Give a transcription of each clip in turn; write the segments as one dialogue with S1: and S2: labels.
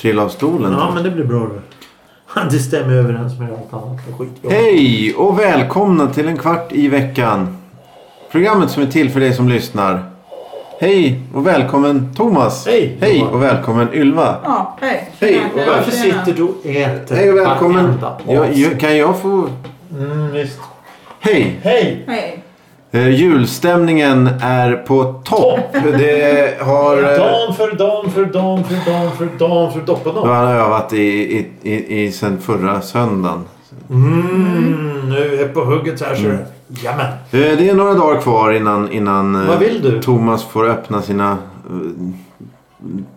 S1: trilla av stolen.
S2: Ja, men det blir bra det. Det stämmer överens med allt annat. Skit.
S1: Hej och välkomna till en kvart i veckan. Programmet som är till för dig som lyssnar. Hej och välkommen Thomas.
S2: Hej,
S1: Hej
S2: Johan.
S1: och välkommen Ylva.
S3: Ja, hej.
S1: Hej, och
S3: Tjena,
S2: Varför
S3: tjena.
S2: sitter du och äter?
S1: Hej och välkommen.
S2: varenda avsnitt?
S1: Jag, ju- kan jag få...
S2: Mm, visst.
S1: Hej!
S2: Hej!
S3: Hej.
S1: Eh, julstämningen är på topp. Det har... Eh,
S2: Dan för dan för dan för dan för dan för
S1: då
S2: doppadan.
S1: eh, har jag varit i, i, i, i sen förra söndagen.
S2: Mm, nu är på hugget så här så mm. Jamen.
S1: Eh, Det är några dagar kvar innan, innan eh,
S2: Vad vill du?
S1: Thomas får öppna sina eh,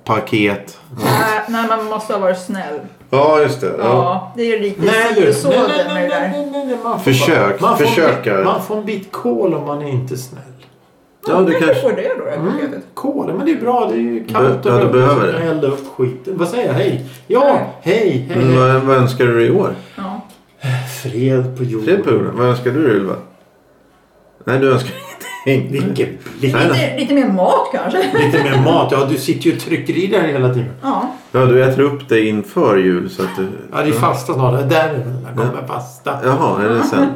S1: paket.
S3: Nej, nej, man måste ha varit snäll.
S1: Ja, just det.
S3: Ja, det är riktigt
S2: Nej du.
S3: så
S2: Nej, nej,
S3: det med det
S2: nej,
S3: där.
S2: nej, nej, nej. Man får,
S1: Försök,
S2: man får,
S1: försökare.
S2: Man får en bit kol om man är inte snäll.
S1: Ja, du
S3: kanske
S1: kanske...
S3: får det då. Mm.
S2: Kol, men det är bra. Det är ju kallt
S1: Be- ja, du behöver
S2: Jag
S1: det.
S2: elda upp skiten. Vad säger jag? Hej! Ja, hej, hej.
S1: Mm, vad, vad önskar du i år?
S3: Ja.
S2: Fred på jorden.
S1: Fred på jorden. Vad önskar du Ylva? Nej, du önskar ingenting.
S2: Vilken blick.
S1: Nej,
S3: Lite, lite mer mat kanske.
S2: Lite mer mat. Ja, du sitter ju och trycker i den hela tiden.
S3: Ja.
S1: Ja, du äter upp det inför jul så att du...
S2: Ja, det är fasta snart. Där kommer fasta.
S1: Jaha, är det sen?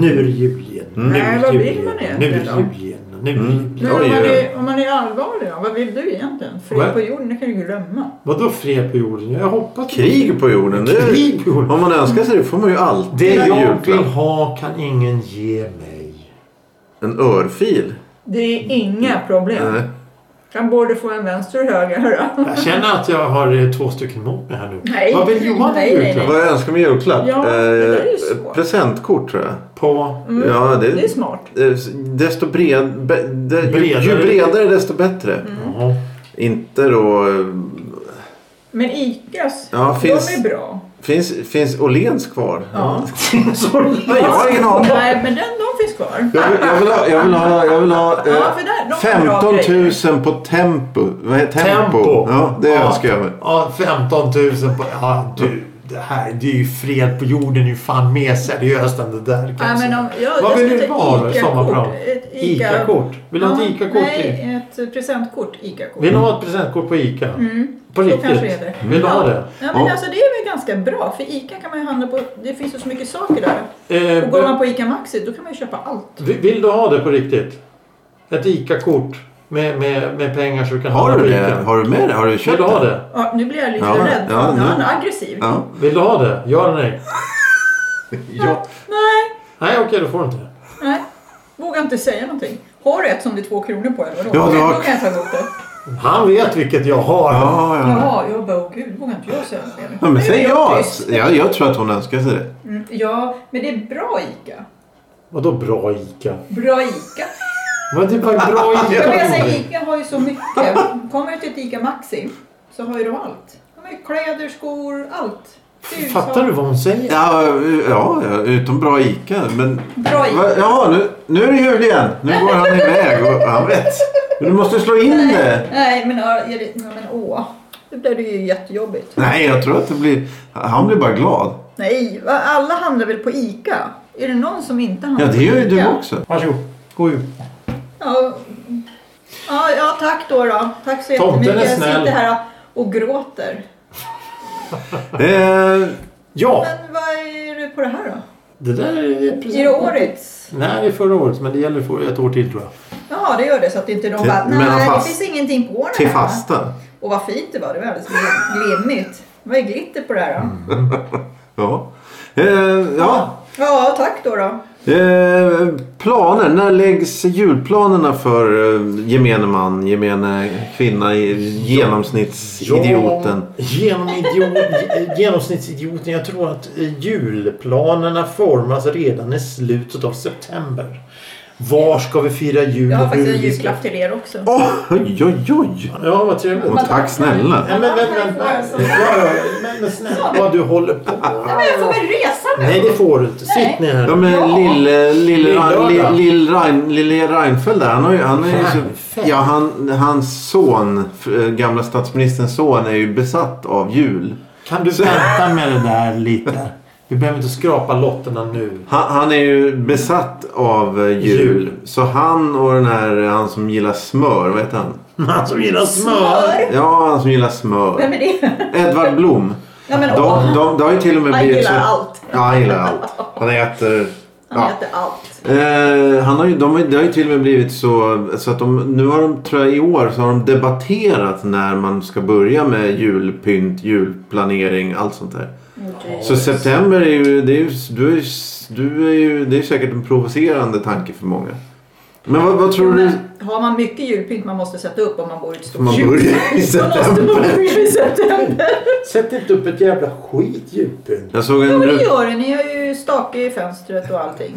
S2: Nu är det jul igen. Nu är
S3: Nej,
S2: det
S3: vad
S2: jul
S3: vill
S2: igen.
S3: man egentligen
S2: Nu är det
S3: då?
S2: jul igen. Nu är det jul igen.
S3: Men
S1: Oj,
S3: om, man
S1: oj, oj.
S3: är, om man är allvarlig då, vad vill du egentligen? Fred
S2: Vad?
S3: på jorden, det kan du ju glömma.
S2: Vadå fred på jorden? Jag hoppas
S1: Krig på jorden. Det är...
S2: Krig på jorden.
S1: Om man önskar sig det får man ju alltid
S2: Det
S1: en
S2: jag
S1: julklapp.
S2: vill ha kan ingen ge mig.
S1: En örfil. Eh,
S3: Det är inga problem.
S1: Nej.
S3: Han borde få en vänster och höger. hörru.
S2: Jag känner att jag har eh, två stycken mot mig här nu.
S3: Nej.
S2: Vad vill Johan ha i
S3: Nej, nej,
S2: julklapp?
S1: Vad jag önskar med julklapp? Eh,
S3: Ja, det där är ju svårt.
S1: presentkort tror jag.
S2: På...
S3: Mm.
S1: Ja, det,
S3: Det är smart.
S1: eh, desto bred, be, de, ju, ju
S2: Bredare.
S1: bredare desto bättre. Mm.
S2: Jaha.
S1: Inte då... eh,
S3: Men ICAs,
S1: Ja, finns-
S3: de är bra.
S1: Finns, finns Åhléns kvar? Mm.
S3: Ja.
S2: Sorry.
S1: Nej, jag har ingen aning.
S3: Nej, men den, de finns kvar.
S1: Jag vill, jag vill ha, jag vill ha, jag vill ha
S3: Ja, för där- de har bra
S1: eh, 15 000 på Tempo. Vad heter Tempo?
S2: Tempo.
S1: Ja, det önskar jag mig.
S2: Ja, 15 000 på... Ja, du. Det här det är ju fred på jorden. Det är ju fan mer seriöst än det där
S3: Ja,
S2: kanske.
S3: men om, ja,
S2: Vad
S3: jag
S2: vill
S3: ska
S2: du
S3: ta
S2: ha då i
S3: Ica-kort.
S2: sommarprat?
S3: Ett Ica-
S2: Ica-kort? Vill du ha
S3: Ja,
S2: ett Ica-kort? till?
S3: Nej, ett eh, presentkort. Ica-kort.
S2: Vill du ha ett presentkort på Ica?
S3: Mm,
S2: På
S3: så
S2: riktigt? Mm.
S3: kanske är det.
S2: Vill du ha det?
S3: Ja, men
S1: Ja.
S3: alltså det är väl ganska bra. För Ica kan man ju handla på... Det finns ju så mycket saker där.
S2: Eh,
S3: Och går man på Ica Maxi, då kan man ju köpa allt.
S2: vill, vill du ha det på riktigt? Ett Ica-kort med, med, med pengar så du kan
S1: Har
S2: handla
S1: du
S2: på
S1: det?
S2: Ica?
S1: Har du med det? Har du
S2: Vill
S1: köpt
S2: du ha
S1: det?
S2: det?
S3: Ja, nu blir jag lite
S1: Ja,
S3: rädd.
S1: ja,
S3: nu
S1: nu.
S3: är han aggressiv.
S1: Ja.
S2: Vill du ha det? Ja eller nej?
S1: ja.
S3: Nej,
S2: Nej okej, då får du inte det.
S3: nej. Vågar inte säga någonting. Har du ett som det är två kronor på eller vadå?
S1: Ja, du har-
S3: Då kan jag ta emot det.
S2: Han vet vilket jag har.
S1: Ja, ja.
S3: Jaha, jag bara, åh gud, vågar inte jag säga någonting?
S1: ja men
S3: Nu är
S1: säg
S3: jag
S1: ja.
S3: tyst.
S1: ja. Jag tror att hon önskar sig det.
S3: Mm, ja, men det är bra ICA.
S2: Vadå bra Ica?
S3: Bra ICA.
S2: Men det var ju bra Ica.
S3: Jag vill säga, alltså, ICA har ju så mycket. Kommer du till ett ICA Maxi så har ju de allt. De har ju kläder, skor, allt. Hus,
S2: Fattar du vad hon säger?
S1: Ja, ja, ja, utom bra Ica. Men...
S3: Bra Ica.
S1: Va- Jaha, nu, nu är det jul igen. Nu går han iväg och han vet. Men du måste slå in det.
S3: Nej, men, ja, är det, ja, men åh. Det blir det ju jättejobbigt.
S1: Nej, jag tror att det blir... Han blir bara glad.
S3: Nej, va, alla handlar väl på ICA? Är det någon som inte handlar
S1: Ja, det gör ju
S3: på
S1: du
S3: ICA?
S1: också.
S2: Varsågod. Gå ut.
S3: Ja, ja, ja, tack då, då. Tack så
S2: Tomten är
S3: jättemycket. Jag
S2: snäll.
S3: sitter här och gråter.
S1: Eh,
S2: Ja,
S3: Men vad är det på det här då?
S2: det där är precis.
S3: Är det årets?
S2: Nej, det är förra året, men det gäller för ett år till tror jag.
S3: Jaha, det gör det så att inte de
S1: Till-
S3: bara,
S1: men
S3: nej det
S1: fast-
S3: finns ingenting på den
S1: till
S3: här."
S1: fasta.
S3: Och vad fint det var, det var alldeles glim- glimmigt. Vad är glitter på det här då?
S1: Ja. Eh, ja.
S3: Ja, tack då då.
S1: Eh, planer. När läggs julplanerna för eh, gemene man, gemene kvinna, i- genomsnittsidioten?
S2: Ja, Genom idiot, genomsnittsidioten. Jag tror att eh, julplanerna formas redan i slutet av september. Var ska vi fira jul?
S3: Jag har
S2: och
S3: faktiskt
S2: hur
S3: en
S2: vi ska-
S3: julklapp till er också.
S1: Åh, oj, oj, oj!
S2: Ja, vad trevligt.
S1: Och tack snälla.
S2: Nej, men, men, men, men, ja, ja, men, men snälla vad du håller på
S3: Nej, men jag får väl resa nu?
S2: Nej, det får du inte. Sitt ner här.
S1: Ja men lille, lille,
S2: Lillördag.
S1: lille, lille, Rein, lille Reinfeldt där. Han, har ju, han är ju så,
S2: Reinfeldt.
S1: ja, han, hans son, f- eh, gamla statsministerns son, är ju besatt av jul.
S2: Kan du vänta med det där lite? Vi behöver inte skrapa lotterna nu.
S1: Han, han är ju besatt av eh, jul.
S2: Jul.
S1: eh, Så han och den här, han som gillar smör, vad heter han?
S2: Han som gillar smör.
S3: Smör!
S1: Ja, han som gillar smör.
S3: Vem är det?
S1: Edvard Blom.
S3: Ja, men, åh,
S1: De, de, det har ju till och med
S3: han
S1: blivit
S3: gillar
S1: så-
S3: allt.
S1: Ja, han gillar allt. Han äter...
S3: Han
S1: Ja.
S3: äter allt.
S1: Eh, han har ju, de, har- det har ju till och med blivit så, så att de, nu har de, tror jag i år, så har de debatterat när man ska börja med julpynt, julplanering, allt sånt där.
S3: Mm,
S1: Så september är ju, det är ju, du är, ju- du är ju, det är säkert en provocerande tanke för många. Men vad, vad
S3: Jo,
S1: tror du?
S3: men, har man mycket julpynt man måste sätta upp om man bor i ett
S1: Om man
S3: stort hus?
S1: börjar i
S3: Då måste
S1: september.
S3: man börja i september.
S2: Sätt inte upp ett jävla skit djupen.
S1: Jag såg
S3: Ja,
S1: en,
S3: men det
S1: ru-
S3: gör det. Ni har ju stake i fönstret och allting.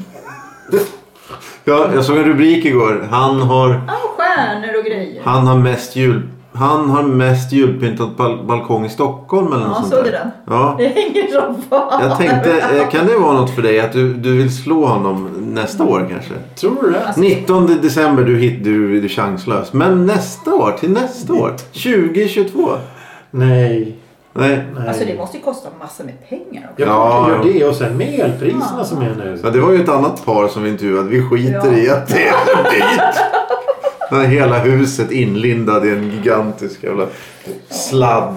S1: ja, jag såg en rubrik igår. Han har,
S3: Ja, och stjärnor och grejer.
S1: han har mest jul... Han har mest julpyntat bal- balkong i Stockholm eller något
S3: Ja,
S1: sånt där.
S3: såg du den?
S1: Ja.
S3: Det hänger som fan.
S1: Jag tänkte, eh, kan det vara något för dig att du, du vill slå honom nästa år kanske?
S2: Tror du det?
S1: 19 december, du, hit, du, du är chanslös. Men nästa år, till nästa år. 2022.
S2: Nej.
S1: Nej.
S2: nej.
S3: Alltså det måste ju kosta massor med pengar också.
S2: Jag
S1: Ja,
S2: kommer inte
S1: jo.
S2: göra det och sen med elpriserna som är nu.
S1: Ja, det var ju ett annat par som vi intervjuade. Vi skiter
S3: Ja.
S1: i att det är dyrt. När hela huset inlindad i en gigantisk jävla sladd.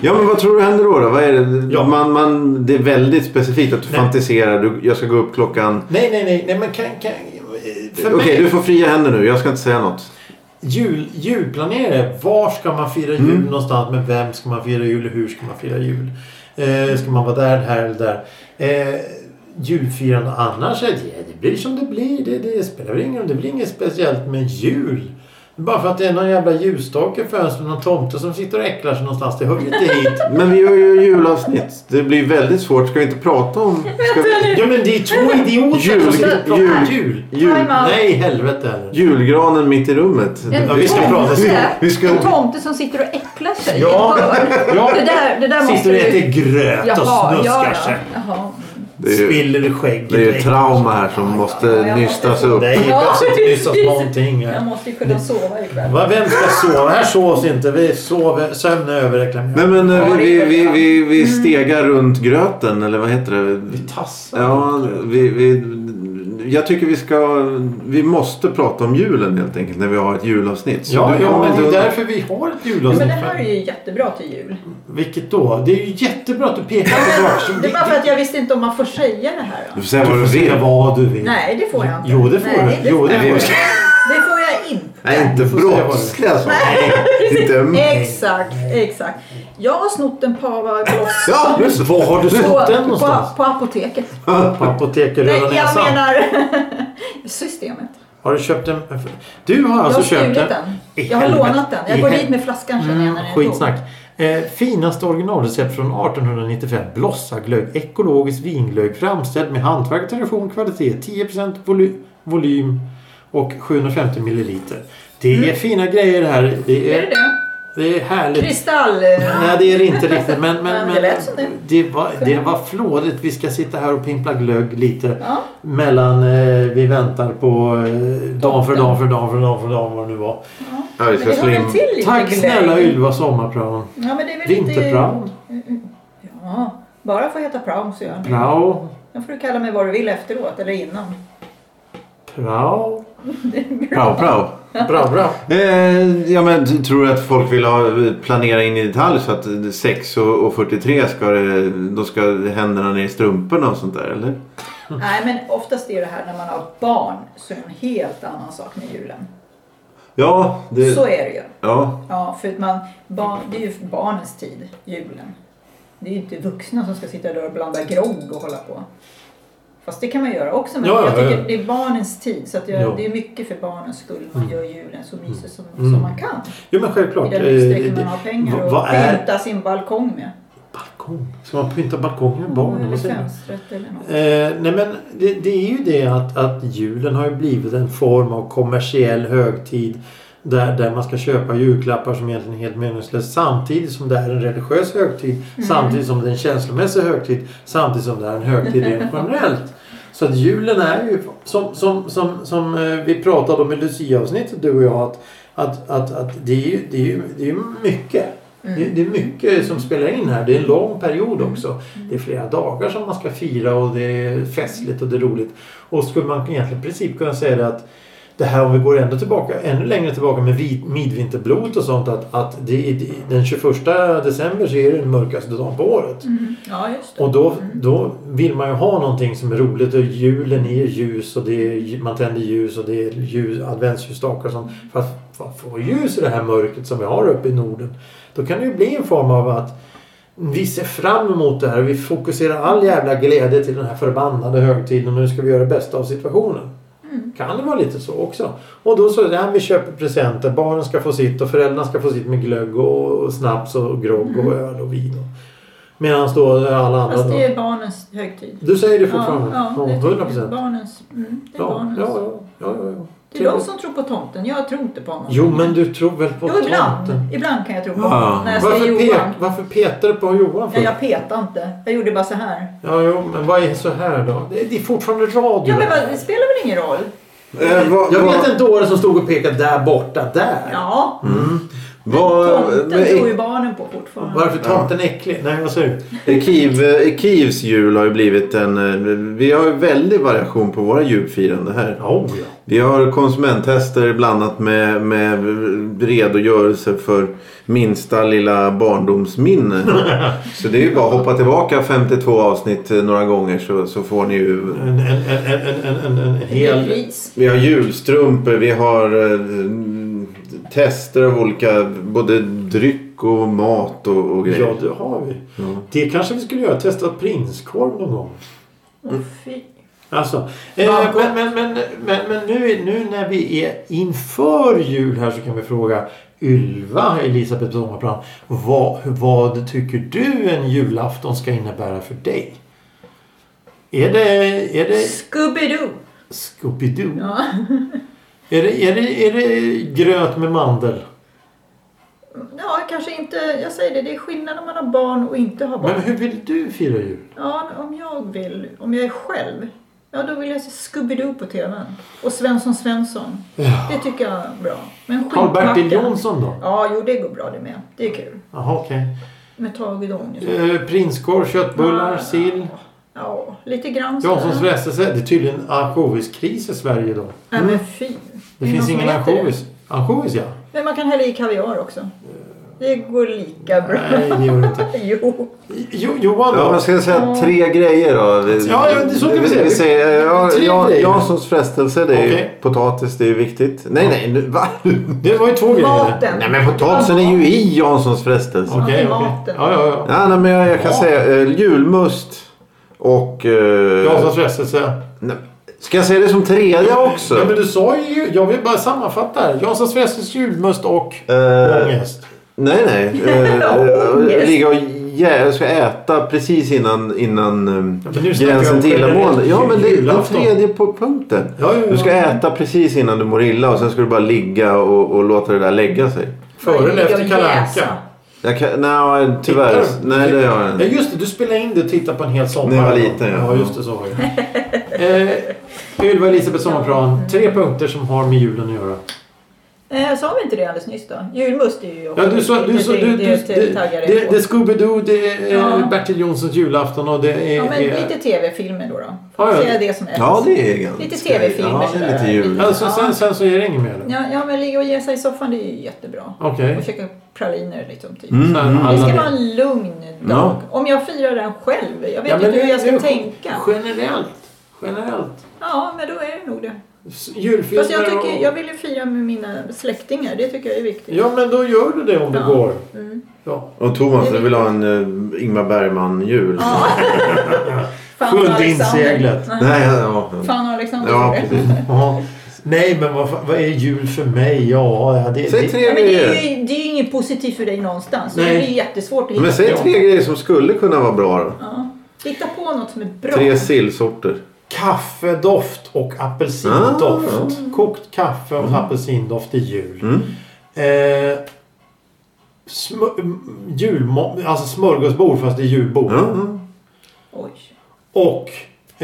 S1: Ja men vad tror du händer då? då? Vad är det?
S2: Ja.
S1: Man, man, det är väldigt specifikt att du
S2: Nej.
S1: fantiserar. Du, jag ska gå upp klockan...
S2: Nej, nej, nej, nej men kan, kan, för
S1: Okej
S2: mig,
S1: du får fria händer nu. Jag ska inte säga något.
S2: jul, julplanerare, var ska man fira jul någonstans? Med vem ska man fira jul och hur ska man fira jul? Eh, ska man vara där, här eller där? Eh, julfirande annars, eh, det, det blir som det blir. Det, det spelar väl ingen roll. Det blir inget speciellt med jul. Bara för att det är någon jävla ljusstake i fönstret, någon tomte som sitter och äcklar sig någonstans. Det hör ju inte hit.
S1: Men vi gör ju julavsnitt. Det blir väldigt svårt. Ska vi inte prata om... Ska vi...
S2: Ja men det är två idioter
S1: Jul,
S2: som sitter och pratar
S1: jul.
S2: om jul.
S1: Jul,
S3: Time out.
S2: Nej, helvete heller.
S1: julgranen mitt i rummet.
S3: En
S2: Ja, vi ska prata-
S3: tomte-
S1: vi ska-
S3: En tomte som sitter och äcklar sig.
S2: Ja. Ja.
S3: Det där, det där måste
S2: Sitter och äter
S3: du...
S2: gröt och
S3: Jaha, ja,
S2: snuskar
S3: ja.
S2: sig.
S3: Jaha.
S1: Det är ju,
S2: Spiller i skägget.
S1: det är ju trauma här som måste nystas upp.
S2: Nej, det
S3: Ja,
S2: behövs inte
S3: precis.
S2: nystas någonting. här.
S3: Jag måste ju
S2: Mm.
S3: kunna sova ikväll.
S2: Va, vem ska sova? Här sovs inte. Vi sover. Sömn är överreklamerat.
S1: Nej men eh, vi, vi, vi, vi,
S2: Mm.
S1: vi stegar runt gröten eller vad heter det?
S2: Vi tassar.
S1: Ja, vi, vi, jag tycker vi ska... Vi måste prata om julen helt enkelt när vi har ett julavsnitt. Så
S2: Ja,
S1: du
S2: ja,
S1: kommer
S2: men
S1: inte
S2: det är
S1: undan.
S2: därför vi har ett
S3: Men
S2: julavsnitt.
S3: det här är ju jättebra till jul.
S2: Vilket då? Det är ju jättebra att du pekar på saker som...
S3: Det är bara för att jag visste inte om man får säga det här.
S1: Du
S3: Då.
S1: får säga
S2: Du
S1: vad du
S2: får säga
S1: vill.
S2: vad du vill.
S3: Nej, det får jag inte.
S2: Jo, det får
S3: Nej,
S2: du. Jo, det får
S3: jag.
S2: du.
S3: Det får jag inte.
S1: Nej, inte
S2: Du får säga vad du-
S1: brottsliga saker. Inte...
S3: Exakt, exakt. Jag har snott en Pavagloss
S1: Ja, nu så.
S2: Var har du
S3: på,
S2: snott den
S3: på,
S2: någonstans?
S3: på apoteket.
S2: På apoteket
S3: Nej,
S2: Röda
S3: jag
S2: Näsan?
S3: menar systemet.
S2: Har du köpt en... Du har alltså
S3: jag har
S2: köpt
S3: stulit
S2: en...
S3: den.
S2: I
S3: Jag har
S2: helvete.
S3: lånat den.
S2: I
S3: Jag går
S2: hel-
S3: dit med flaskan känner jag när den är tom.
S2: Mm. Skitsnack. Eh, finaste originalrecept från 1895. Blossaglögg. Ekologisk vinglögg. Framställd med hantverk, tradition, kvalitet. 10% voly volym och 750 milliliter. Det är
S3: Mm.
S2: fina grejer det här. Det
S3: Är det
S2: är,
S3: det?
S2: det är härligt.
S3: Kristall... eh,
S2: Nej, det är det inte riktigt. Men, men,
S3: Men det
S2: men,
S3: lät som det.
S2: det, var, det var flådigt. Vi ska sitta här och pimpla glögg lite.
S3: Ja.
S2: Mellan eh, vi väntar på eh, dag för dag för dag för dag för dag vad det nu var.
S1: Ja, vi
S3: Men
S1: ska
S3: det
S1: slå
S3: har
S1: in...
S3: väl till lite
S2: Tack
S3: glögg?
S2: snälla Ylva Sommarpraon.
S3: Ja, men det är väl inte...
S2: Vinterpraon.
S3: Ja, bara får jag heta praom så gör jag det.
S2: Prao.
S3: Nu får du kalla mig vad du vill efteråt eller innan.
S2: Prao.
S1: Prao, prao.
S2: Bra, bra.
S1: Eh, ja, men t- tror du att folk vill ha, planera in i detalj så att eh, 6 och, och 43 ska, det, då ska händerna ner i strumporna och sånt där eller?
S3: Nej, men oftast är det här när man har barn så är det en helt annan sak med julen.
S1: Ja, det,
S3: Så är det ju.
S1: ja.
S3: Ja, för att man, barn, det är ju för barnens tid, julen. Det är ju inte vuxna som ska sitta där och blanda grogg och hålla på. Fast det kan man göra också, men
S2: Ja, ja,
S3: jag tycker
S2: ja.
S3: det är barnens tid. Så att jag,
S2: Ja.
S3: det är mycket för barnens skull man gör julen så mysig som,
S2: Mm.
S3: som man kan.
S2: Jo men självklart.
S3: I den
S2: Eh,
S3: utsträckning man
S2: det-
S3: har pengar
S2: vad-
S3: och
S2: Vad är
S3: pynta sin balkong med.
S2: balkong? Ska man pynta balkongen med barn?
S3: eller
S2: Vad säger du?
S3: fönstret eller något.
S2: Eh, nej men det, det är ju det att, att julen har ju blivit en form av kommersiell högtid. Där, där man ska köpa julklappar som egentligen är helt meningslöst. Samtidigt som det är en religiös högtid. Samtidigt som det är en känslomässig högtid. Samtidigt som det är en högtid rent generellt. Så att julen är ju som, som, som, som eh, vi pratade om i Lucia-avsnittet du och jag. Att, att, att, att det, är ju, det, är ju, det är ju mycket.
S3: Mm.
S2: Det, det är mycket som spelar in här. Det är en lång period också. Det är flera dagar som man ska fira och det är festligt och det är roligt. Och skulle man egentligen i princip kunna säga det att det här om vi går ändå tillbaka, ännu längre tillbaka med vid, midvinterblot och sånt att, att det, det, den 21 december så är det den mörkaste dagen på året.
S3: Mm. Ja, just det.
S2: Och då,
S3: Mm.
S2: då vill man ju ha någonting som är roligt och julen är ljus och det är, lj- man tänder ljus och det är ljus, adventsljusstakar och sånt. För att fa- få ljus i det här mörkret som vi har uppe i Norden. Då kan det ju bli en form av att vi ser fram emot det här och vi fokuserar all jävla glädje till den här förbannade högtiden och nu ska vi göra det bästa av situationen. Kan det vara lite så också. Och då så, nej, vi köper presenter, barnen ska få sitt och föräldrarna ska få sitt med glögg och och snaps och grogg och öl och vin. Medan då alla andra...
S3: Mm. Fast
S2: då-
S3: det är barnens högtid.
S2: du säger det fortfarande?
S3: Ja, ja, det är typ
S2: 100 procent.
S3: Barnens. Mm, det är
S2: Ja,
S3: barnens.
S2: ja, ja, ja, ja.
S3: Det är de som tror på tomten. Jag tror inte på honom.
S2: Jo, men du tror väl på
S3: Jo, ibland.
S2: tomten?
S3: Ibland kan jag tro på
S1: Ja.
S3: honom. När jag säger
S2: Varför,
S3: Alltså, Johan.
S2: pe- varför petar du på Johan för?
S3: Ja, jag petade inte. Jag gjorde bara så här.
S2: Ja, jo, men vad är så här då? Det det är fortfarande radio.
S3: Ja, men vad- det spelar väl ingen roll?
S1: Eh, vad-
S2: Jag
S1: vad-
S2: vet en dåre som stod och pekade där borta, där.
S3: Ja,
S2: Mm.
S1: vad- men
S3: tomten
S1: i-
S3: tror ju barnen på fortfarande.
S2: Varför tomten är äcklig? Nej, vad säger du?
S1: I Kiev, i Kievs E- jul har ju blivit en... eh, Vi har ju väldig variation på våra julfirande här.
S2: Oh, ja.
S1: Vi har konsumenttester blandat med, med redogörelse för minsta lilla barndomsminne. Så det är ju bara att hoppa tillbaka 52 avsnitt eh, några gånger så, så får ni ju...
S2: En, en, en, en, en, en, en
S3: Det är
S2: hel...
S3: gris.
S1: Vi har julstrumpor, vi har eh, tester av olika både dryck och mat och, och grejer.
S2: Ja, det har vi.
S1: Ja.
S2: Det kanske vi skulle göra. Testa prinskorv någon gång. Mm.
S3: Åh, fy.
S2: Alltså, eh, men, men, men, men, men nu, nu när vi är inför jul här så kan vi fråga Ylva, Elisabeth Sommarplan. Vad, vad tycker du en julafton ska innebära för dig? Är det, är det
S3: Scooby-Doo.
S2: Scooby-Doo?
S3: Ja.
S2: Är, det, är, det, är det gröt med mandel?
S3: ja, kanske inte. Jag säger det, det är skillnad om man har barn och inte har barn.
S2: Men hur vill du fira jul?
S3: Ja, om jag vill. Om jag är själv. Ja, då vill jag se Scooby-Doo på TVn. Och Svensson Svensson.
S2: Ja.
S3: Det tycker jag är bra. Men
S2: Karl-Bertil
S3: skinnpacka-
S2: Jonsson då?
S3: Ja, jo, det går bra det med. Det är kul.
S2: Jaha, okej.
S3: Med Tage Danielsson.
S2: Eh, prinskorv, köttbullar,
S3: Ja.
S2: sill.
S3: Ja, lite grann sådär.
S2: Janssons frestelse. Det är tydligen ansjoviskris i Sverige idag.
S3: Nej men fy.
S2: Mm. Det
S3: är
S2: finns
S3: någon som
S2: ingen
S3: äter det.
S2: ansjovis. Ansjovis ja.
S3: Men man kan hälla i kaviar också. Det går lika bra.
S2: Nej, det gör det inte.
S3: jo.
S2: Jo, Johan då?
S1: Ja, man ska säga tre grejer då. Vi,
S2: Ja, ja, det- så kan vi säga.
S1: vi säger, ja,
S2: Tre
S1: ja,
S2: grejer.
S1: Janssons frestelse, det är ju
S2: Okej.
S1: potatis, det är ju viktigt. Nej, nej, nu, va?
S2: Det var ju två grejer.
S3: Maten.
S1: Nej, men potatisen är ju i Janssons frestelse.
S2: Okej, okej.
S3: Maten.
S2: Ja, ja, ja.
S1: Ja, nej, men jag, jag kan
S2: Ja.
S1: säga eh, julmust och... Eh,
S2: Janssons frestelse.
S1: nej, ska jag säga det som tredje också?
S2: Ja, men du sa ju... Jag vill bara sammanfatta här. Janssons frestelse, julmust och
S1: Eh,
S2: ångest.
S1: nej, nej. Eh,
S3: Ångest.
S1: eh, ligga och jä- jag ska äta precis innan, innan eh,
S2: Ja, men nu snackar jag
S1: gränsen
S2: om
S1: till illamående.
S2: generellt
S1: Ja, men det är den
S2: julafton.
S1: tredje på punkten.
S2: Ja, ja, ja.
S1: Du ska äta precis innan du mår illa och sen ska du bara ligga och, och låta det där lägga sig.
S2: Före eller efter Kalle Anka.
S3: Jäsa.
S1: Jag kan, nej, tyvärr.
S2: Tittar du?
S1: Nej, det gör jag
S2: Ja,
S1: inte.
S2: just det. Du spelade in det och tittade på en hel sommar.
S1: När jag var liten, ja.
S2: ja. just det. Så var det. eh, Ylva Elisabeth Sommarplan. Tre punkter som har med julen att göra.
S3: Eh, sa vi inte det alldeles nyss då? Julmust är ju också
S2: Ja, du sa... Du,
S3: lite
S2: sa-
S3: det,
S2: du, du,
S3: det, det,
S2: det,
S3: taggar jag
S2: det,
S3: på.
S2: det är Scooby-Doo, det är
S3: Ja.
S2: eh, Bertil Jonssons julafton och det är...
S3: Ja, men
S2: är-
S3: lite tv-filmer då. då.
S2: Ja, ja.
S3: Får jag det som ett?
S1: Ja, det är ganska...
S3: Lite tv-filmer
S1: Ja, det är lite
S3: sådär.
S1: jul.
S2: Alltså, sen, sen så är det inget mer? eller?
S3: Ja, ja, men ligga och jäsa i soffan det är ju jättebra.
S2: Okej.
S3: Och käka praliner liksom typ.
S1: Mm,
S2: Sen
S1: mm.
S2: Mm. alla
S3: Det ska
S2: vet.
S3: vara en lugn dag.
S1: Ja.
S3: Om jag firar den själv. Jag vet
S2: Ja, men
S3: inte hur
S2: det-
S3: jag ska
S2: det-
S3: tänka.
S2: Generellt. Generellt.
S3: Ja, men då är det nog det.
S2: S- Julfilmer
S3: Fast jag, tycker,
S2: och...
S3: jag vill ju fira med mina släktingar. Det tycker jag är viktigt.
S2: Ja, men då gör du det om det
S3: Ja.
S2: går.
S3: Mm.
S2: Ja.
S1: Och Thomas du vill ha en eh, Ingmar Bergman-jul.
S3: Ja. Fan,
S2: Sjunde
S3: Alexander.
S2: inseglet.
S3: Nej.
S1: Nej, ja.
S3: Fan Alexander
S1: Ja,
S3: gjorde det.
S1: precis.
S2: Ja. Nej, men vad, fan- vad är jul för mig? Ja, ja, det,
S1: Säg
S2: det...
S1: tre
S3: Nej, men det, är
S1: grejer.
S3: ju, det är ju inget positivt för dig någonstans.
S2: Nej.
S3: Det är ju jättesvårt att hitta
S1: Men säg
S3: på.
S1: tre grejer som skulle kunna vara bra då.
S3: Ja. Hitta på något som är bra.
S1: Tre sillsorter.
S2: Kaffedoft och apelsindoft. Kokt kaffe och apelsindoft i jul.
S1: Mm.
S2: Eh, smör, m- julmo- alltså smörgåsbord fast det är julbord.
S1: Ja, ja.
S3: Oj.
S2: Och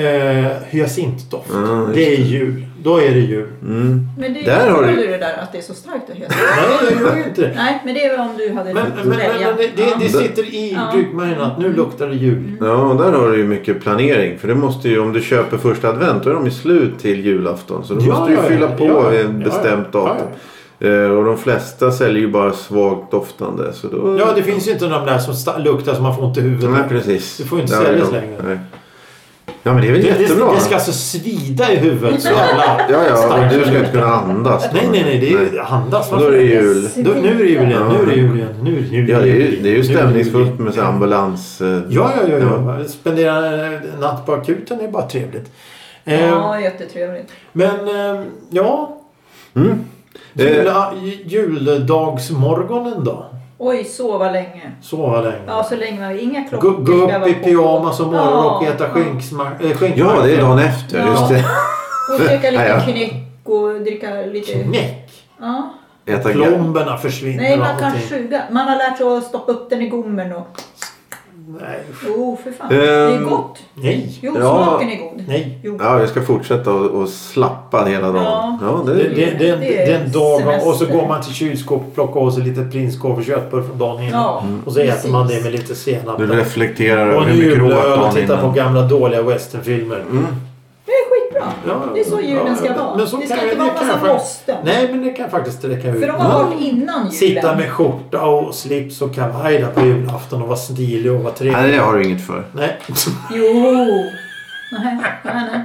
S2: eh, hyacintdoft.
S1: Ja, just
S2: det är
S1: det.
S2: jul. Då är det jul.
S1: Mm.
S3: Men det,
S1: Där
S3: där
S1: har
S3: har
S1: du-
S3: du det där att det är så starkt att höst.
S2: Nej, jag gör ju inte det.
S3: Nej, men det är väl om du hade
S2: Men, men, men det, det, det sitter i
S3: Ja.
S2: ryggmärgen att nu luktar det jul.
S1: Ja, och där har du ju mycket planering. För det måste ju, om du köper första advent då är de ju slut till julafton. Så då
S2: Ja,
S1: måste du ju
S2: ja,
S1: fylla
S2: ja,
S1: på
S2: ja,
S1: vid
S2: ja,
S1: en
S2: ja,
S1: bestämt
S2: ja,
S1: datum. Eh, Och de flesta säljer ju bara svagt doftande. Så då...
S2: Ja, det finns ju inte de där som sta- luktar som man får ont i huvudet.
S1: Nej, precis.
S2: Det får ju inte
S1: Där är
S2: säljas
S1: de.
S2: längre.
S1: Nej. Ja, men det är väl
S2: Det, det,
S1: jättebra.
S2: det ska alltså svida i huvudet. Så jävla
S1: Ja, ja, och
S2: starkt.
S1: du ska inte kunna andas.
S2: Nej, nej, nej. Det är ju andas.
S1: Då är det jul.
S2: Då, nu är det jul igen. Nu är det jul igen. Nu är det jul igen.
S1: Ja, det är ju,
S2: Nu
S1: det är ju
S2: jul
S1: stämningsfullt
S2: igen.
S1: med så här ambulans... eh,
S2: Ja, ja, ja. ja. Spendera eh, natt på akuten är bara trevligt. Eh,
S3: Ja, jättetrevligt.
S2: Men eh, ja,
S1: Mm.
S2: jul,
S1: Eh,
S2: juldagsmorgonen då?
S3: Oj, sova länge.
S2: Sova länge.
S3: Ja, så länge man... Inga
S2: gå,
S3: klockor
S2: gå
S3: ska
S2: upp
S3: vara
S2: i
S3: på.
S2: pyjamas och morgonrock och
S3: Ja,
S2: äta
S3: ja.
S2: skinksmack- eh, skinkmacka.
S1: ja, det är dagen efter.
S3: Ja.
S1: Just det.
S3: Och käka lite
S1: Ja, ja.
S3: knäck och dricka lite...
S2: Knäck.
S3: Ja.
S1: Äta ga-
S2: Plomberna försvinner
S3: Nej,
S2: och
S3: man kan
S2: allting.
S3: suga. Man har lärt sig att stoppa upp den i gommen och...
S2: Nej.
S3: Oh, för fan. Det är
S1: Ehm.
S3: gott.
S2: Nej.
S3: Jo,
S1: Ja.
S3: smaken är god.
S2: Nej.
S3: Jo.
S1: Ja, jag ska fortsätta och, och slappa hela dagen.
S3: Ja.
S1: Ja, det,
S2: Det, det, det, det,
S3: Det är
S2: är en dag av- och så
S3: semester.
S2: går man till kylskåpet och plockar av sig lite prinskorv och köttbullar från dagen innan.
S3: Ja,
S2: Mm. Och så äter man det
S3: precis.
S2: med lite senap.
S1: Du reflekterar
S2: Och
S1: över
S2: en
S1: hur mycket du åt
S2: julöl och
S1: dagen
S2: tittar på
S1: innan. Mm.
S2: gamla dåliga westernfilmer.
S3: Det är skitbra.
S2: Ja,
S3: Det är så julen
S2: ja,
S3: ska
S2: men-
S3: vara.
S2: men så
S3: det ska
S2: kan-
S3: inte
S2: det
S3: vara en
S2: kan
S3: massa
S2: jag-
S3: måsten.
S2: Nej, men det kan faktiskt sträcka ut.
S3: För de har varit innan julen.
S2: Sitta med skjorta och slips och kavaj där på julafton och vara stilig och vara trevlig.
S1: Nej, det har du inget för.
S2: Nej.
S3: Jo! Nej, nej, nej.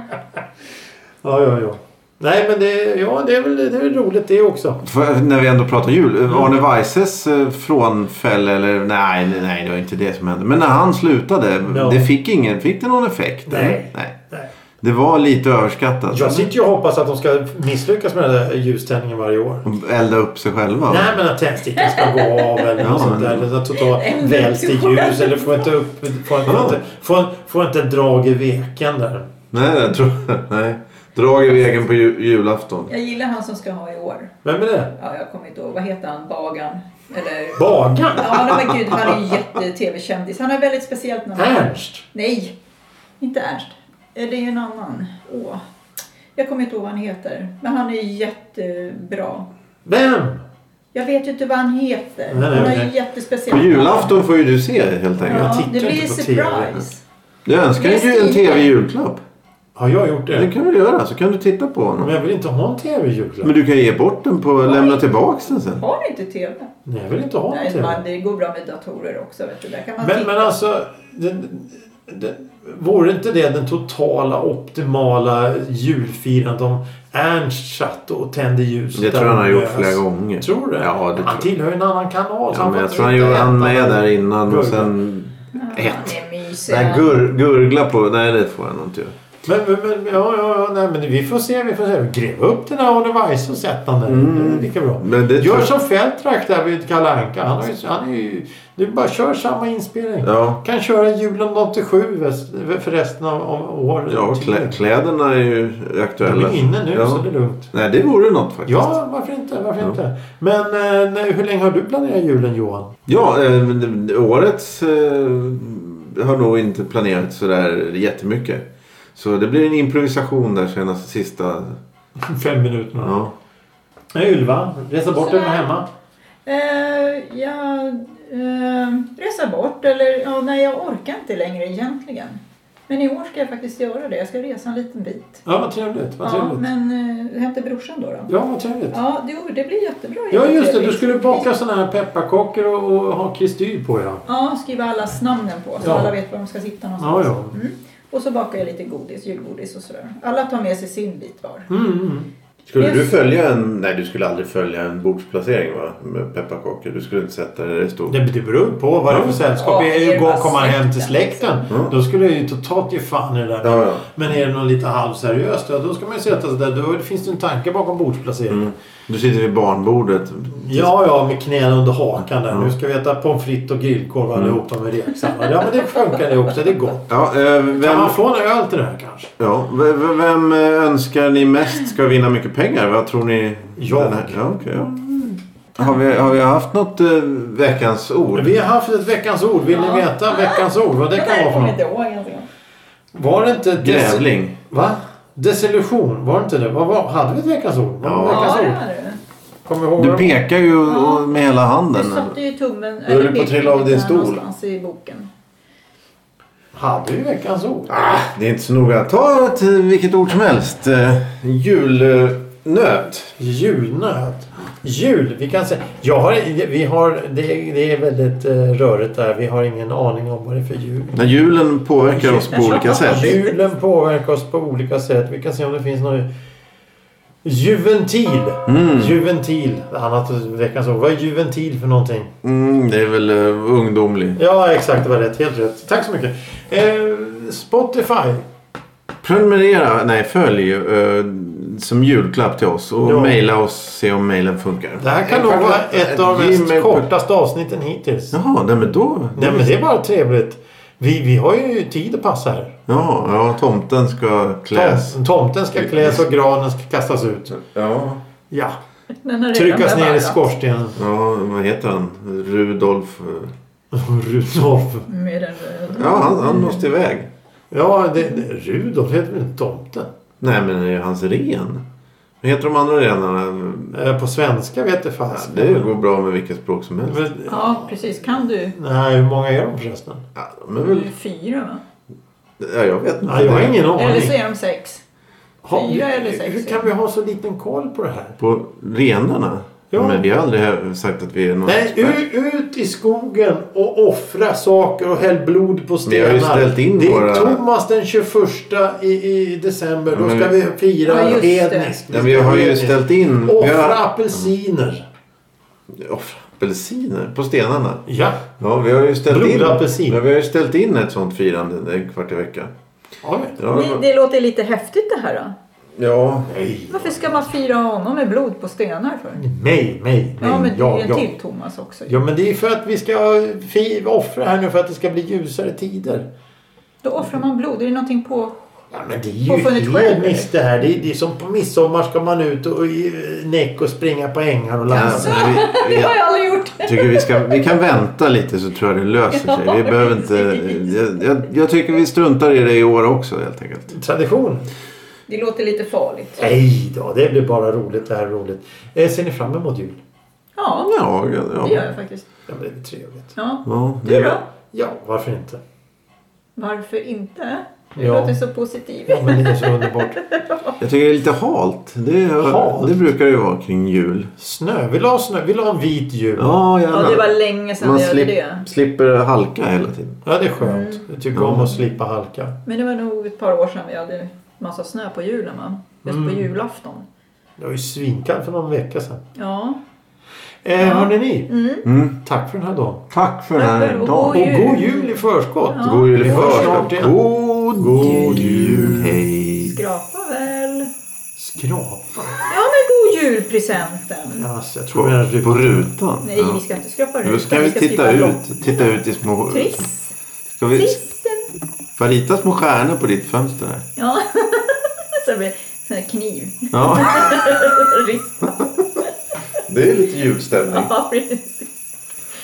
S2: Ja, ja, ja. Nej, men det, ja, det, är väl, det är väl roligt det också.
S1: För, när vi ändå pratar jul. eh,
S2: Mm.
S1: Arne Weises eh, frånfälle, eller nej, nej, nej, det var inte det som hände. Men när han slutade,
S2: Ja.
S1: det fick ingen, fick det någon effekt?
S2: Nej.
S1: eller? nej.
S2: Nej.
S1: Det var lite överskattat.
S2: Jag sitter ju och hoppas att de ska misslyckas med den där ljuständningen varje år.
S1: Och Elda upp sig själva.
S2: Nej, men att tändstickan ska gå av eller
S1: Ja,
S2: något sånt
S1: men-
S2: där. Eller totalt
S3: En
S2: väls till
S3: lektion.
S2: ljus eller får inte upp... Får inte, får inte, får, får inte drag i veken där.
S1: Nej, jag tror, nej. Drag i vägen på ju, julafton.
S3: Jag gillar han som ska ha i år.
S2: Vem är det?
S3: Ja, jag kommer inte ihåg. Vad heter han? Bagan? Eller...
S2: Bagan?
S3: Ja, nej, men gud. Han är ju jätte-tv-kändis. Han har väldigt speciellt namn.
S2: Ernst?
S3: Nej! Inte Ernst. Eh, Det är ju en annan. Åh. Jag kommer inte ihåg vad han heter. Men han är jättebra.
S2: Vem?
S3: Jag vet ju inte vad han heter.
S2: Nej, nej,
S3: han har ju
S2: nej.
S1: På
S3: jättespeciellt
S1: julafton får ju du se helt enkelt.
S2: Jag
S3: Ja,
S2: tittar
S3: det blir
S2: inte på TV.
S3: surprise.
S1: Jag önskar ju en
S3: Visst inte.
S1: tv-julklapp.
S2: Har jag gjort
S1: Det
S2: det?
S1: kan du göra, så kan du titta på
S2: Men
S1: honom.
S2: jag vill inte ha en tv-julklapp.
S1: Men du kan ge bort den på, lämna tillbaka den sen.
S3: Har du inte TV?
S2: Nej, jag vill inte ha en
S3: Nej, man,
S2: tv.
S3: det går bra med datorer också. Vet du. Där kan man
S2: Men,
S3: titta.
S2: men alltså... Det, det, vore inte det den totala optimala julfirandet om Ernst satt och tände ljus?
S1: Det tror jag han har gjort flera gånger.
S2: Alltså, Tror du?
S1: Ja, det
S2: han
S1: tror jag.
S2: tillhör ju en annan kanal. så
S1: Ja, men
S2: får
S1: jag
S2: inte
S1: tror han,
S2: sitta
S1: gjorde,
S2: och
S1: han
S2: äta
S1: är
S2: den.
S1: där innan och
S2: gurgla.
S1: sen...
S3: Ja,
S1: Ett.
S3: det är mysiga.
S1: Nej, gur, gurgla på... Nej, det får han inte göra.
S2: Men, men, men, ja, ja, ja, nej, men vi får se. Vi får se. Gräv upp den här Arne Weise och sätt han där.
S1: Mm.
S2: Det är lika bra.
S1: Men det tror
S2: Gör
S1: jag-
S2: som Fältrak där vid Kalle Anka. Han, har ju- han är ju... Du bara kör samma inspelning.
S1: Ja,
S2: Kan köra julen 87 väst- för resten av, av året.
S1: ja klä, klä-, är ju
S2: De
S1: aktuella.
S2: är inne nu
S1: ja.
S2: så det är lugnt.
S1: Nej, det vore något faktiskt.
S2: Ja, varför inte? Varför
S1: Ja.
S2: inte? Men eh, nej, hur länge har du planerat julen Johan?
S1: Ja, eh, men det- årets eh, har nog inte planerat sådär jättemycket. Så det blir en improvisation där senast sista...
S2: Mm. Fem minuter. Ja.
S1: Ja.
S2: Ylva, resa bort eller vara hemma?
S3: Eh, jag eh, reser bort. Eller, ja, nej, jag orkar inte längre egentligen. Men i år ska jag faktiskt göra det. Jag ska resa en liten bit.
S2: Ja, vad trevligt. Vad
S3: Ja,
S2: trevligt.
S3: men eh, hem till brorsan då. då.
S2: Ja, vad trevligt.
S3: Ja, det, det blir jättebra.
S2: Ja, just det. Du
S3: jättetrevligt.
S2: skulle baka såna här pepparkakor och, och ha kristyr på ja.
S3: Ja, skriva allas namnen på så
S2: Ja.
S3: alla vet var de ska sitta
S2: Ja,
S3: någonstans.
S2: ja.
S3: Mm. Och så bakar jag lite godis, julgodis och sådär. Alla tar med sig sin bit var.
S2: Mm, mm.
S1: Skulle du
S3: Yes.
S1: följa en... Nej, du skulle aldrig följa en bordsplacering va? Med pepparkakor. Du skulle inte sätta dig där det stod.
S2: Det, det beror på vad det är för sällskap.
S3: Ja,
S2: Är det
S3: är det
S2: går-
S3: bara
S2: kommer man hem till
S3: släkten? liksom.
S2: släkten
S1: Mm.
S2: då skulle jag ju totalt ge fan i det där.
S1: Ja, ja.
S2: Men är det något lite halvseriöst ja, då ska man ju sätta sig där. Då finns det en tanke bakom bordsplaceringen.
S1: Mm. Du sitter vid barnbordet.
S2: Ja, ja, med knäna under hakan där.
S1: Mm.
S2: Nu ska vi äta pommes frites och grillkorv allihopa med reksallad. Ja, men det funkar det också. Det är gott.
S1: Ja, eh,
S2: Kan
S1: vem,
S2: man få en öl till det här kanske?
S1: ja, v- v- vem eh, önskar ni mest ska vinna mycket pengar? Vad tror ni?
S2: Jag.
S1: Den här- Ja, okay, ja. Har, vi, har vi haft något eh, veckans ord?
S2: Vi har haft ett veckans ord. Vill ni veta veckans ord? Vad det
S3: här
S2: kan vara för
S3: kommer
S2: något?
S3: jag inte ihåg egentligen.
S2: Var det inte... Des-
S1: Grävling.
S2: Va? Desillusion, var det inte det? Vad var, hade vi ett Veckans Ord? Var det
S1: Ja.
S2: Veckans
S3: Ja, det
S2: ord?
S3: hade du.
S2: Kommer ihåg
S1: Du
S2: vad-
S1: pekar ju
S3: Ja.
S1: med hela handen.
S3: Du satte ju tummen...
S1: höll på att
S3: pekfingret
S1: trilla av din
S3: där
S1: stol.
S3: någonstans i boken.
S2: Hade vi Veckans Ord?
S1: Ah, det är inte så noga. Ta ett, eh, vilket ord som helst. Eh, Julnöt.
S2: Julnöt. Jul, vi kan säga. Jag har, vi har, det, det är väldigt eh, rörigt där. Vi har ingen aning om vad det är för jul.
S1: När julen påverkar oss på olika
S2: Alltså,
S1: sätt.
S2: Julen påverkar oss på olika sätt. Vi kan se om det finns någon Juventil.
S1: Mm.
S2: Juventil. Annat veckans ord. Vad är juventil för någonting?
S1: Mm, det är väl uh, ungdomlig.
S2: Ja, exakt. Det var rätt. Helt rätt. Tack så mycket. Eh, Spotify.
S1: Prenumerera, nej följ eh, som julklapp till oss och
S2: Ja.
S1: mejla oss, se om mejlen funkar.
S2: Det här kan nog vara ett av de mest
S1: Gmail-
S2: kortaste avsnitten hittills.
S1: Jaha, nej men då.
S2: Nej, men det är bara trevligt. Vi, vi har ju tid att passa här.
S1: Ja, ja, tomten ska kläs.
S2: Tom, tomten ska kläs och granen ska kastas ut.
S1: Ja.
S2: Ja.
S3: Den har redan
S2: Tryckas ner i
S3: bevarat.
S2: skorstenen.
S1: ja, vad heter han? Rudolf. eh,
S2: Rudolf.
S3: Med den röda.
S1: Ja, han, han måste iväg.
S2: Ja, det, det, Rudolf heter väl inte tomten?
S1: Nej, men det är ju hans ren. Vad heter de andra renarna?
S2: Eh, På svenska vet jag fan.
S1: Ja, det går bra med vilket språk som helst.
S2: Men-
S3: Ja, precis. Kan du?
S2: Nej, hur många är de förresten?
S1: Ja, de är
S3: Du är
S1: väl...
S3: fyra va?
S1: Ja, jag vet inte.
S2: Nej, jag har ingen
S3: Eller så
S2: aning.
S3: är de sex.
S2: Ha-
S3: fyra eller sex.
S2: Hur kan vi ha så liten koll på det här?
S1: På renarna?
S2: Ja.
S1: Men vi har aldrig sagt att vi är någon
S2: Nej,
S1: expert.
S2: ut, ut i skogen och offra saker och häll blod på
S1: Vi
S2: stenar.
S1: har ju ställt in
S2: det är
S1: våra-
S2: Thomas den 21 i, i december. Då
S1: Ja, men
S2: ska
S1: vi-
S2: vi fira
S3: Ja, just det.
S2: hedniskt.
S1: Ja, vi har ju ställt in... vi
S2: Offra
S1: har-
S2: apelsiner.
S1: Offra apelsiner på stenarna.
S2: Ja.
S1: Ja, vi har ju ställt in...
S2: Blodapelsin.
S1: Ja, vi har ju ställt in ett sånt firande en kvart i veckan.
S2: ja men-
S1: Ja,
S3: Det, det låter lite häftigt det här då.
S1: ja.
S2: Nej.
S3: Varför ska man fira honom med blod på stenar för?
S2: Nej, nej, nej.
S3: Ja, men det
S2: ja,
S3: är en
S2: ja.
S3: till Thomas också.
S2: ja, men det är för att vi ska fi- offra här nu för att det ska bli ljusare tider.
S3: Då offrar man blod. Är det någonting på...
S2: Ja, men det är
S3: Vad får ni
S2: ju
S3: själv,
S2: helt
S3: eller?
S2: miss det här. Det är, det är som på midsommar ska man ut och i näck och springa på ängar och
S1: Alltså,
S2: lanser.
S1: vi, vi,
S3: Det har jag aldrig gjort.
S1: jag tycker vi, ska, vi kan vänta lite så tror jag det löser sig. Vi behöver inte... Jag, jag, jag tycker vi struntar i det i år också helt enkelt.
S2: Tradition.
S3: Det låter lite farligt.
S2: Nej då, det blir bara roligt. Det här är roligt. Eh, ser ni fram emot jul?
S3: Ja,
S1: Ja, ja.
S3: det gör jag faktiskt.
S2: Ja, men det blir trevligt.
S3: Ja.
S1: Ja,
S3: Du då?
S2: Ja, varför inte?
S3: Varför inte? Du
S2: Ja.
S3: låter så positiv.
S2: Ja, men det är så underbart.
S1: Jag tycker det är lite halt. Det, är-
S2: Halt?
S1: det brukar det ju vara kring jul.
S2: Snö. Vill du ha snö? Vill du ha en vit jul?
S1: Ja, gärna.
S3: Ja, det var länge sedan
S1: Man
S3: jag gjorde
S1: slip,
S3: det.
S1: slipper halka hela tiden.
S2: Ja, det är skönt. Jag tycker om att slippa halka.
S3: Men det var nog ett par år sedan vi hade massa snö på julen va? Just
S1: Mm.
S3: på julafton.
S2: Det var ju svinkallt för någon vecka sedan.
S3: Ja.
S2: Eh, Hörni ni,
S1: Mm.
S2: tack för den här dagen.
S1: Tack för den
S3: Tack
S1: här
S3: för- och
S1: dagen.
S2: Och god jul i förskott!
S3: Ja.
S1: God jul i
S2: Vi hörs
S1: förskott.
S2: snart igen.
S1: God, god jul. Hej.
S3: Skrapa väl.
S2: Skrapa?
S3: Ja men god julpresenten.
S2: Alltså, jag tror
S1: På,
S2: det är
S1: på rutan.
S3: Nej
S1: Ja.
S3: vi ska inte skrapa
S1: Nu
S3: rutan.
S1: ska vi titta
S3: skriva blå-
S1: ut. Titta ut i små...
S3: Triss.
S1: Ska vi
S3: Trissen.
S1: ska jag rita små stjärnor på ditt fönster här?
S3: Ja. så det blir sån här kniv.
S1: Ja.
S3: Riss.
S1: Det är lite julstämning.
S3: Ja, precis.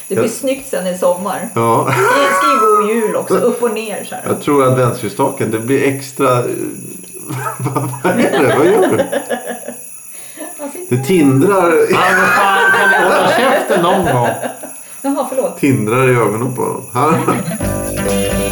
S3: Det blir
S1: Ja.
S3: snyggt sen i sommar.
S1: Ja.
S3: Jag ska ju god jul också. Upp och ner så här.
S1: Jag tror adventsljusstaken, det blir extra... Vad är det? Vad gör du?
S3: Alltså,
S1: Det tindrar,
S2: Ja, vad fan, kan du hålla käften någon gång?
S3: Jaha förlåt.
S1: tindrar i ögonen på honom. Han-